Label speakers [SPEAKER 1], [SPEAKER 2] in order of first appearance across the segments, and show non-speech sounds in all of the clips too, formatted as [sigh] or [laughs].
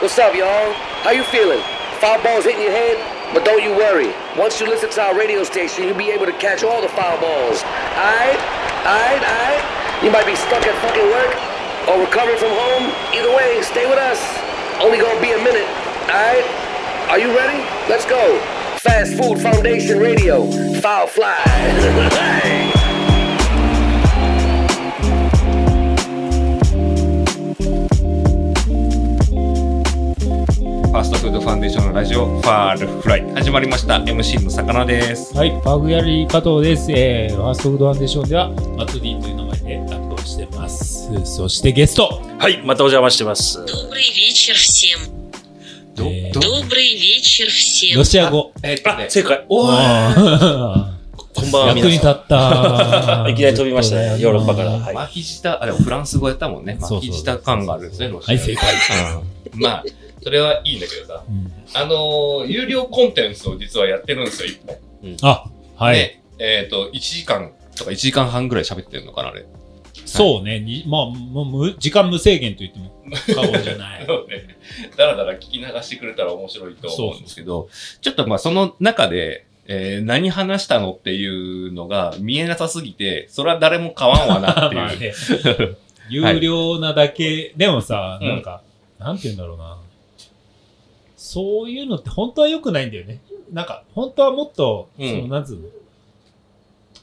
[SPEAKER 1] What's up, y'all? How you feeling? Foul balls hitting your head? But don't you worry. Once you listen to our radio station, you'll be able to catch all the foul balls. Aight? Aight? Aight? You might be stuck at fucking work or recovering from home. Either way, stay with us. Only gonna be a minute. Aight? Are you ready? Let's go. Fast Food Foundation Radio. Foul fly. [laughs] Hey.
[SPEAKER 2] ファーストフードファンデーションのラジオ、ファールフライ。始まりました。MC の魚です。
[SPEAKER 3] はい、パグヤリ加藤です。えー、ファーストフードファンデーションでは、マットディーンという名前で担当してます。そしてゲスト、
[SPEAKER 4] はい、またお邪魔してます。
[SPEAKER 5] Добрый вечер всем.
[SPEAKER 2] ど、
[SPEAKER 3] えー
[SPEAKER 2] ど、
[SPEAKER 5] Добрый вечер всем.
[SPEAKER 3] ロシア語。
[SPEAKER 2] えーっと
[SPEAKER 4] あ
[SPEAKER 2] ね、、
[SPEAKER 4] 正解。おー
[SPEAKER 3] あ
[SPEAKER 4] こんば
[SPEAKER 3] ー
[SPEAKER 4] んは、
[SPEAKER 3] 役に
[SPEAKER 4] 皆
[SPEAKER 3] 立
[SPEAKER 4] さん。
[SPEAKER 3] った。
[SPEAKER 4] いきなり飛びましたね、ヨーロッパから。はい。
[SPEAKER 2] 巻き舌、あれフランス語やったもんね。
[SPEAKER 3] そうそう
[SPEAKER 2] 巻き舌感があるんですね、ロシア
[SPEAKER 3] はい、正解。
[SPEAKER 2] うん [laughs] まあ、それはいいんだけどさ。
[SPEAKER 3] うん
[SPEAKER 2] あのー、有料コンテンツを実はやってるんですよ、一本。
[SPEAKER 3] あ、はい。
[SPEAKER 2] で。えっと、1時間とか1時間半ぐらい喋ってるのかな、あれ。
[SPEAKER 3] そうね。にまあ、もう無、時間無制限と言っても過言じゃない。
[SPEAKER 2] そうねだらだら聞き流してくれたら面白いと思うんですけど、ちょっとまあその中で、えー何話したのっていうのが見えなさすぎて、それは誰も買わんわな [laughs] って
[SPEAKER 3] まあ
[SPEAKER 2] いう。
[SPEAKER 3] ね有料なだけ、でもさ、
[SPEAKER 2] うん
[SPEAKER 3] なんか、なんて言うんだろうな。そういうのって本当は良くないんだよね。なんか、本当はもっと、
[SPEAKER 2] うん
[SPEAKER 3] その、なんつうの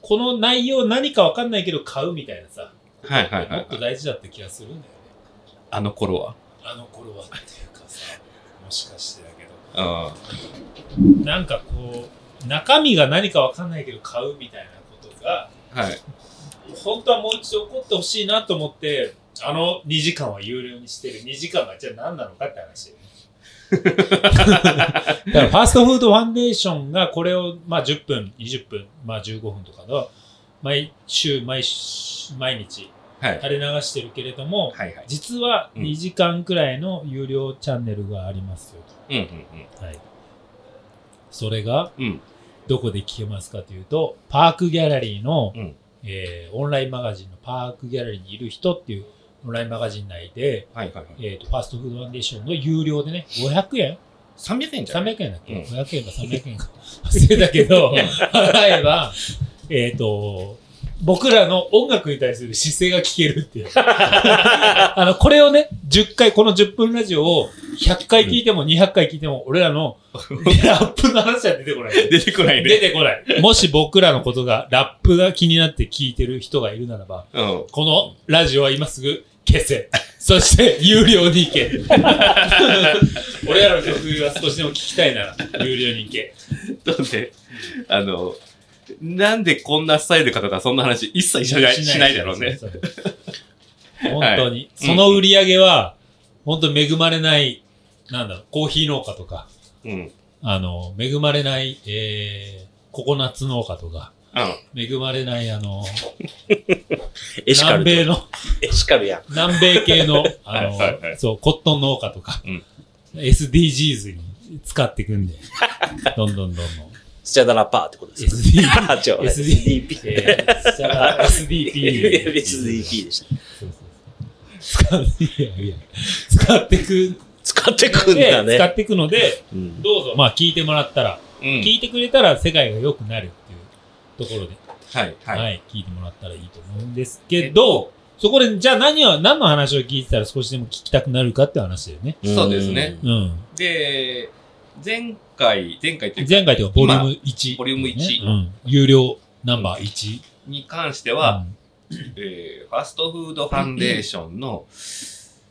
[SPEAKER 3] この内容何かわかんないけど買うみたいなさ、
[SPEAKER 2] はいはいは
[SPEAKER 3] も
[SPEAKER 2] い
[SPEAKER 3] っ。と大事だった気がするんだよね。
[SPEAKER 2] あの頃は。
[SPEAKER 3] あの頃はっていうかさ、もしかしてだけど。
[SPEAKER 2] うん
[SPEAKER 3] なんかこう、中身が何かわかんないけど買うみたいなことが、
[SPEAKER 2] はい。
[SPEAKER 3] 本当はもう一度起こってほしいなと思って、あの2時間は有料にしてる2時間がじゃあ何なのかって話だよね。だからファーストフードファンデーションがこれを、まあ、10分、20分、まあ、15分とかの毎週、毎週、毎日
[SPEAKER 2] はい。
[SPEAKER 3] 垂れ流してるけれども、
[SPEAKER 2] はいはい。
[SPEAKER 3] 実は
[SPEAKER 2] うん
[SPEAKER 3] 2時間くらいの有料チャンネルがありますよ
[SPEAKER 2] うんうん
[SPEAKER 3] と。はい。それが、
[SPEAKER 2] うん。うん。
[SPEAKER 3] どこで聞けますかというと、パークギャラリーの、
[SPEAKER 2] うん
[SPEAKER 3] えーオンラインマガジンのパークギャラリーにいる人っていうオンラインマガジン内で、
[SPEAKER 2] はいはいはい。
[SPEAKER 3] えー、とファーストフードファンデーションの有料でね、500円
[SPEAKER 2] 300円じゃん。
[SPEAKER 3] ?300 円だっけ、
[SPEAKER 2] うん
[SPEAKER 3] ?500 円か300円か忘れたけど、払えば、えっ、と、僕らの音楽に対する姿勢が聞ける [laughs] っていう。あの、これをね、10回、この10分ラジオを100回聞いても200回聞いても、俺らのラップの話は出てこない。
[SPEAKER 2] 出てこない
[SPEAKER 3] 出
[SPEAKER 2] ね。
[SPEAKER 3] てこない。もし僕らのことが、ラップが気になって聞いてる人がいるならば、
[SPEAKER 2] うん。
[SPEAKER 3] このラジオは今すぐ消せ。そして、有料に
[SPEAKER 2] [laughs]
[SPEAKER 3] 行け。俺らの曲は少しでも聞きたいなら、有料に行け。
[SPEAKER 2] なので、あの、なんでこんなスタイルかとか、そんな話一切しないしないだろうね。
[SPEAKER 3] そうそうそう。本当に。その売り上げは、本当に恵まれない、なんだろう、コーヒー農家とか、
[SPEAKER 2] うん。うん。
[SPEAKER 3] あの、恵まれない、えー、ココナッツ農家とか、恵まれない、あの、
[SPEAKER 4] エシカ
[SPEAKER 3] 南
[SPEAKER 4] ル。
[SPEAKER 3] 米の、
[SPEAKER 4] エシカルやん。
[SPEAKER 3] 南米系の、あの、
[SPEAKER 2] はいはいはい
[SPEAKER 3] そう、コットン農家とか、
[SPEAKER 2] うん
[SPEAKER 3] SDGs に使っていくん
[SPEAKER 2] [laughs]
[SPEAKER 3] で、どんどんどんどん。
[SPEAKER 4] スチャダラパーってことですね。
[SPEAKER 3] SDGs。
[SPEAKER 4] あ、違う。はい
[SPEAKER 3] SDP。えーじゃあ SDP。
[SPEAKER 4] SDP でした。
[SPEAKER 3] そうそうそう。使う、いやいや、使ってい
[SPEAKER 2] [laughs]
[SPEAKER 3] く
[SPEAKER 4] 使ってく
[SPEAKER 3] の
[SPEAKER 4] んだ
[SPEAKER 3] で、使
[SPEAKER 4] ね。
[SPEAKER 3] っていくので、
[SPEAKER 4] うん
[SPEAKER 3] どうぞ、まあ聞いてもらったら、
[SPEAKER 2] うん。
[SPEAKER 3] 聞いてくれたら世界が良くなるっていうところで、
[SPEAKER 2] はい
[SPEAKER 3] はい、
[SPEAKER 2] はい。
[SPEAKER 3] 聞いてもらったらいいと思うんですけど、そこで、じゃあ何を、何の話を聞いてたら少しでも聞きたくなるかって話だよね。
[SPEAKER 2] そうですね。
[SPEAKER 3] うん。
[SPEAKER 2] で、前回、前回というか、
[SPEAKER 3] 前回というか、ボリューム1。
[SPEAKER 2] ボリューム1
[SPEAKER 3] うん。有料ナンバー1。
[SPEAKER 2] に関して
[SPEAKER 3] う
[SPEAKER 2] は、
[SPEAKER 3] ん
[SPEAKER 2] えーファストフードファンデーションの、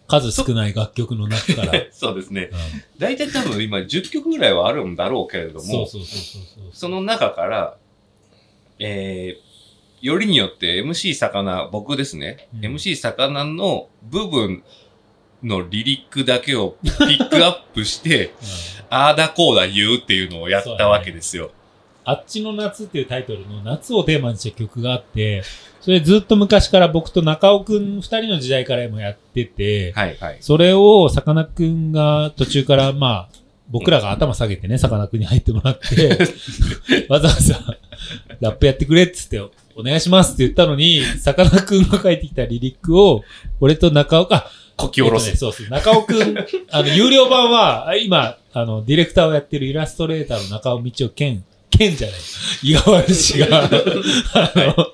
[SPEAKER 3] 数少ない楽曲の中から。うん
[SPEAKER 2] [laughs] そうですね。 [laughs] 大体多分今10曲ぐらいはあるんだろうけれども、
[SPEAKER 3] そう
[SPEAKER 2] そ
[SPEAKER 3] そうそうそう。
[SPEAKER 2] の中から、えー、よりによって MC 魚、僕ですね。
[SPEAKER 3] うん
[SPEAKER 2] MC 魚の部分のリリックだけをピックアップ
[SPEAKER 3] [laughs]
[SPEAKER 2] して、
[SPEAKER 3] うん
[SPEAKER 2] ああだこうだ言うっていうのをやったわけですよ。
[SPEAKER 3] あっちの夏っていうタイトルの夏をテーマにした曲があって、それずっと昔から僕と中尾くん二人の時代からもやってて、
[SPEAKER 2] はいはい。
[SPEAKER 3] それをさかなクンが途中からまあ、僕らが頭下げてね、さかなクンに入ってもら
[SPEAKER 2] [laughs]
[SPEAKER 3] って、わざわざラップやってくれっつって、お願いしますって言ったのに、さかなクンが書いてきたリリックを、俺と中岡、あ
[SPEAKER 2] こき下ろ
[SPEAKER 3] えっとね
[SPEAKER 2] す。
[SPEAKER 3] そうそう。中尾
[SPEAKER 2] [laughs]
[SPEAKER 3] くん、あの、有料版は、今、あの、ディレクターをやってるイラストレーターの中尾道夫健、健じゃない、井川
[SPEAKER 2] [laughs]
[SPEAKER 3] 氏が、あの、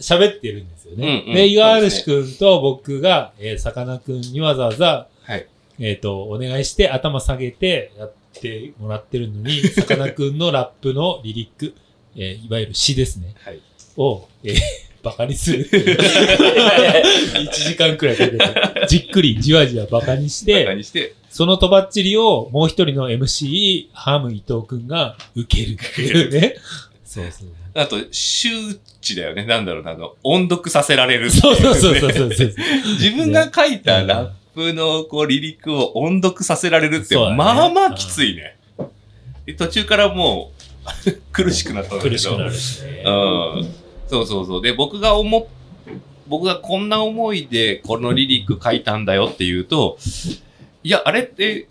[SPEAKER 3] 喋ってるんですよね。
[SPEAKER 2] うんうん
[SPEAKER 3] で、井川氏くんと僕が、えー、さかなクンにわざわざ、
[SPEAKER 2] はい
[SPEAKER 3] えっ、と、お願いして頭下げてやってもらってるのに、さかなクンのラップのリリック、えーいわゆる詩ですね。
[SPEAKER 2] はい
[SPEAKER 3] を、えー [laughs] バカにす
[SPEAKER 2] [laughs]
[SPEAKER 3] るっていう。1時間くらいかけて、じっくりじわじわバカにし
[SPEAKER 2] バカ
[SPEAKER 3] て、
[SPEAKER 2] にして、
[SPEAKER 3] そのとばっちりをもう一人の MC、ハム伊藤くんが受けるっていうね。そうそう。
[SPEAKER 2] あと、周知だよね。なんだろうな、あの、音読させられるってい
[SPEAKER 3] そうそうそう
[SPEAKER 2] ね
[SPEAKER 3] そうそ
[SPEAKER 2] [laughs]
[SPEAKER 3] うそう。
[SPEAKER 2] 自分が書いたラップのこうリリックを音読させられるって、
[SPEAKER 3] そうだね
[SPEAKER 2] まあまあきついね。で途中からもう [laughs] 苦しくなったんだけど。
[SPEAKER 3] 苦しくなる
[SPEAKER 2] う
[SPEAKER 3] ね。
[SPEAKER 2] ん。そうそうそう。で、僕が思っ、僕がこんな思いでこのリリック書いたんだよって言うと、いや、あれって、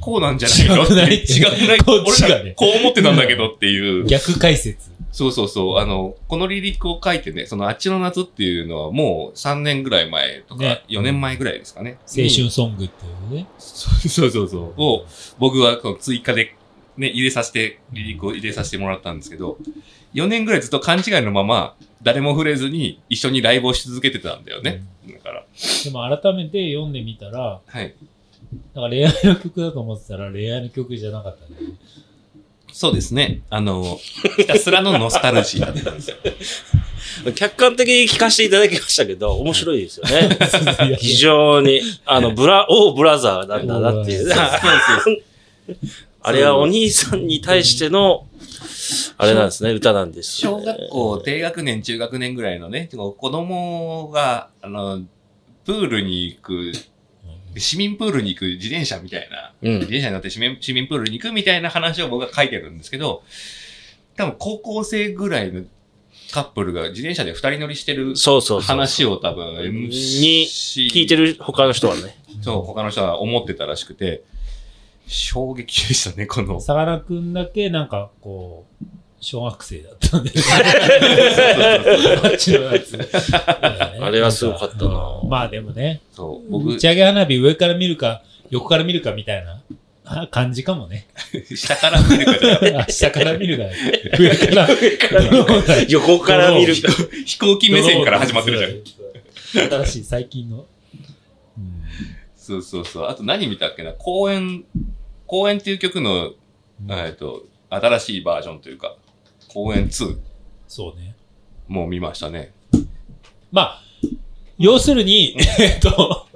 [SPEAKER 2] こうなんじゃないの
[SPEAKER 3] 違くない
[SPEAKER 2] って違くない。
[SPEAKER 3] こっちがね
[SPEAKER 2] 俺らこう思ってたんだけどっていう。
[SPEAKER 3] 逆解説。
[SPEAKER 2] そうそうそう。あの、このリリックを書いてね、そのあっちの夏っていうのはもう3年ぐらい前とか
[SPEAKER 3] ね、
[SPEAKER 2] 4年前ぐらいですかね。
[SPEAKER 3] 青
[SPEAKER 2] に。
[SPEAKER 3] 春ソングっていうね。
[SPEAKER 2] そうそうそう。を、僕はこの追加でね、入れさせて、リリックを入れさせてもらったんですけど、4年ぐらいずっと勘違いのまま、誰も触れずに一緒にライブをし続けてたんだよね。だから。
[SPEAKER 3] でも改めて読んでみたら、
[SPEAKER 2] はい。
[SPEAKER 3] なんか恋愛の曲だと思ってたら恋愛の曲じゃな
[SPEAKER 2] [laughs]
[SPEAKER 3] かったね。
[SPEAKER 2] そうですね。あの、ひたすらのノスタルジーだったんですよ。
[SPEAKER 4] 客観的に聞かせていただきましたけど、面白いですよね。
[SPEAKER 3] いや
[SPEAKER 4] 非常に、あの、ブラ、オーブラザーなんだなっていう。あれはお兄さんに対しての、あれなんですね、歌なんです、
[SPEAKER 2] [laughs]
[SPEAKER 4] ね。
[SPEAKER 2] 小学校 [laughs] 低学年、中学年ぐらいのね、子供が、あの、プールに行く、市民プールに行く自転車みたいな、
[SPEAKER 4] うん
[SPEAKER 2] 自転車に乗って市民市民プールに行くみたいな話を僕が書いてるんですけど、多分高校生ぐらいのカップルが自転車で二人乗りしてる
[SPEAKER 4] そうそうそう。
[SPEAKER 2] 話を多分
[SPEAKER 4] に
[SPEAKER 2] MC
[SPEAKER 4] 聞いてる他の人はね。
[SPEAKER 2] そう、他の人は思ってたらしくて、衝撃でしたね、こ
[SPEAKER 4] [laughs]
[SPEAKER 2] の。
[SPEAKER 3] さかなクンだけなんかこう、小学生だったんで。あっちのやつ。
[SPEAKER 4] あれはすごかったな
[SPEAKER 3] まあでもね、
[SPEAKER 2] そう、
[SPEAKER 3] 打
[SPEAKER 2] 僕、
[SPEAKER 3] ち上げ花火上から見るか、横から見るかみたいな [laughs] あ感じかもね。
[SPEAKER 2] 下から見るか
[SPEAKER 4] [laughs]
[SPEAKER 2] ら、
[SPEAKER 3] あ下から見るか、上から。
[SPEAKER 4] [laughs] 横から見る。
[SPEAKER 2] 飛行機目線から始まってるじゃん。
[SPEAKER 3] じゃん。 [laughs] 新しい最近の。うん
[SPEAKER 2] そうそうそう。あと何見たっけな公演、公演っていう曲の、えっと、新しいバージョンというか、公演2
[SPEAKER 3] そうね。
[SPEAKER 2] も見ましたね。
[SPEAKER 3] まあ、要するに、えっと、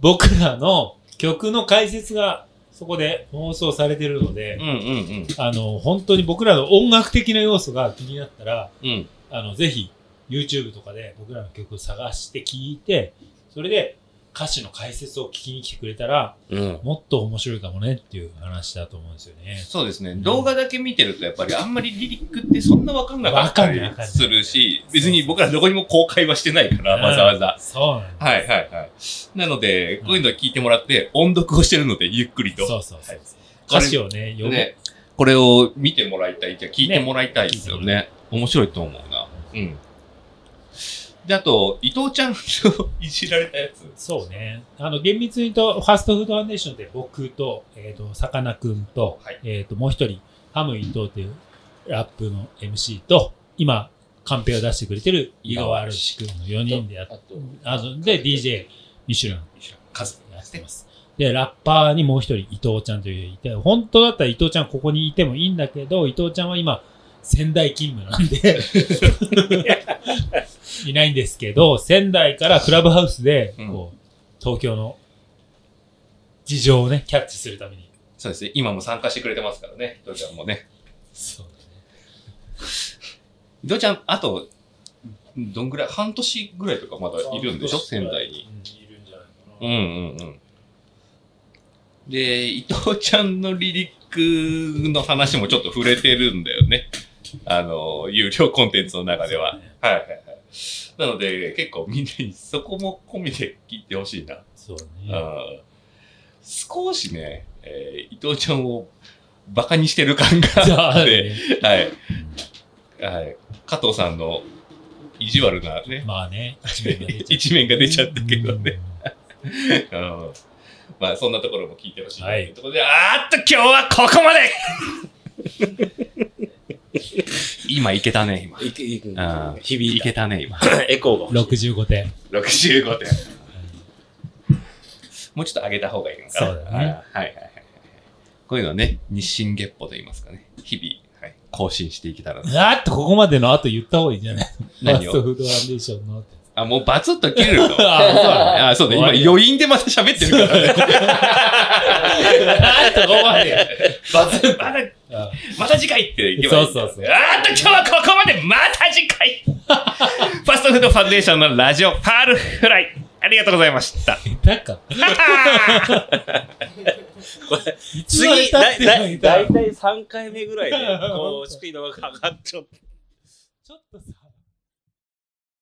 [SPEAKER 3] 僕らの曲の解説がそこで放送されてるので、
[SPEAKER 2] うんうんうん。
[SPEAKER 3] あの、本当に僕らの音楽的な要素が気になったら、
[SPEAKER 2] うん。
[SPEAKER 3] あの、ぜひ、YouTube とかで僕らの曲を探して聴いて、それで歌詞の解説を聞きに来てくれたら、
[SPEAKER 4] うん。
[SPEAKER 3] もっと面白いかもねっていう話だと思うんですよね。
[SPEAKER 2] そうですね。動画だけ見てると、やっぱりあんまりリリックってそんなわかんなかったり
[SPEAKER 3] わかんない
[SPEAKER 2] するし、別に僕らどこにも公開はしてないから、わざわざ。
[SPEAKER 3] そうなんだ。
[SPEAKER 2] はいはいはい。なので、こういうのを聞いてもらって、音読をしてるので、ゆっくりと。
[SPEAKER 3] そうそうそう
[SPEAKER 2] はい
[SPEAKER 3] 歌詞をね、読む。
[SPEAKER 2] ね、これを見てもらいたい、じゃあ聞いてもらいたいですよね。面白いと思うな。うん。で、あと、伊藤ちゃんの [laughs] いじられたやつ。
[SPEAKER 3] そうね。あの、厳密に言うと、ファストフードファンデーションで僕と、えっ、と、さかなクンと、
[SPEAKER 2] はい
[SPEAKER 3] えっ、と、もう一人、ハム伊藤というラップの MC と、今、カンペを出してくれてる井川あるし君の4人でやっ
[SPEAKER 2] あと、
[SPEAKER 3] あの、で、DJ、ミシュラン
[SPEAKER 2] カズ。
[SPEAKER 3] やってます。で、ラッパーにもう一人、伊藤ちゃんという、いて、本当だったら伊藤ちゃんここにいてもいいんだけど、伊藤ちゃんは今、仙台勤務なんで、いないんですけど、仙台からクラブハウスで、こう、東京の事情をね、キャッチするために。
[SPEAKER 2] そうですね。今も参加してくれてますからね、伊藤ちゃんもね。
[SPEAKER 3] そう
[SPEAKER 2] 伊藤ちゃん、あと、どんぐらい、半年ぐらいとかまだいるんでしょ仙台に。。
[SPEAKER 3] いるんじゃないか
[SPEAKER 2] うんう
[SPEAKER 3] な。
[SPEAKER 2] んうん。で、伊藤ちゃんのリリックの話もちょっと触れてるんだよね。 [laughs] あの、有料コンテンツの中では。はいはいはい。なので、結構みんなにそこも込みで聞いてほしいな。
[SPEAKER 3] そう
[SPEAKER 2] う
[SPEAKER 3] ね。
[SPEAKER 2] ん少しね、えー伊藤ちゃんをバカにしてる感 [laughs] があって、
[SPEAKER 3] ね
[SPEAKER 2] はい。はい。加藤さんの意地悪なね、 [laughs]
[SPEAKER 3] まあね、一面が出ちゃう
[SPEAKER 2] 一面が出ちゃったけどね。
[SPEAKER 3] うん。
[SPEAKER 2] うんまあ、そんなところも聞いてほしい。
[SPEAKER 3] はい
[SPEAKER 2] ということで、あーっと、今日はここまで [laughs] 今、いけたね、今。
[SPEAKER 4] いけいけ
[SPEAKER 2] うん
[SPEAKER 4] 響い
[SPEAKER 2] い
[SPEAKER 4] た。
[SPEAKER 2] けたね、今。
[SPEAKER 4] [laughs] エコーが欲しい。
[SPEAKER 3] 65点。
[SPEAKER 2] 65点。 [laughs] もうちょっと上げた方がいいのかな。
[SPEAKER 3] そうだね
[SPEAKER 2] あーはいはいはいはい。こういうのはね、日進月歩と言いますかね。日々、はい、更新していけたらな。
[SPEAKER 3] あっと、ここまでの後言った方がいいんじゃないファ
[SPEAKER 2] 何
[SPEAKER 3] ー
[SPEAKER 2] を
[SPEAKER 3] ストフードファンデーションの。
[SPEAKER 2] [laughs] あ、もうバツッと切れるの
[SPEAKER 3] あ
[SPEAKER 2] あ、そうだ、今
[SPEAKER 3] 終わりだ
[SPEAKER 2] 余韻でまた喋ってるから [laughs] ね。
[SPEAKER 3] あっと、ここまで。
[SPEAKER 2] バツッ、まだ、
[SPEAKER 3] あ
[SPEAKER 2] また次回っていけばいいんだよ
[SPEAKER 3] そうそうそう
[SPEAKER 2] あーっと、今日はここまでまた次 [laughs] 回ファストフードファンデーションのラジオパールフライ。ありがとうございま [laughs] した。
[SPEAKER 3] なんか、いつまで
[SPEAKER 4] だ
[SPEAKER 3] 経ってもい
[SPEAKER 4] い
[SPEAKER 3] た
[SPEAKER 4] た
[SPEAKER 3] い
[SPEAKER 4] い。3回目ぐらいで、こう、スピードが上がっちゃって。
[SPEAKER 3] ちょっとさ。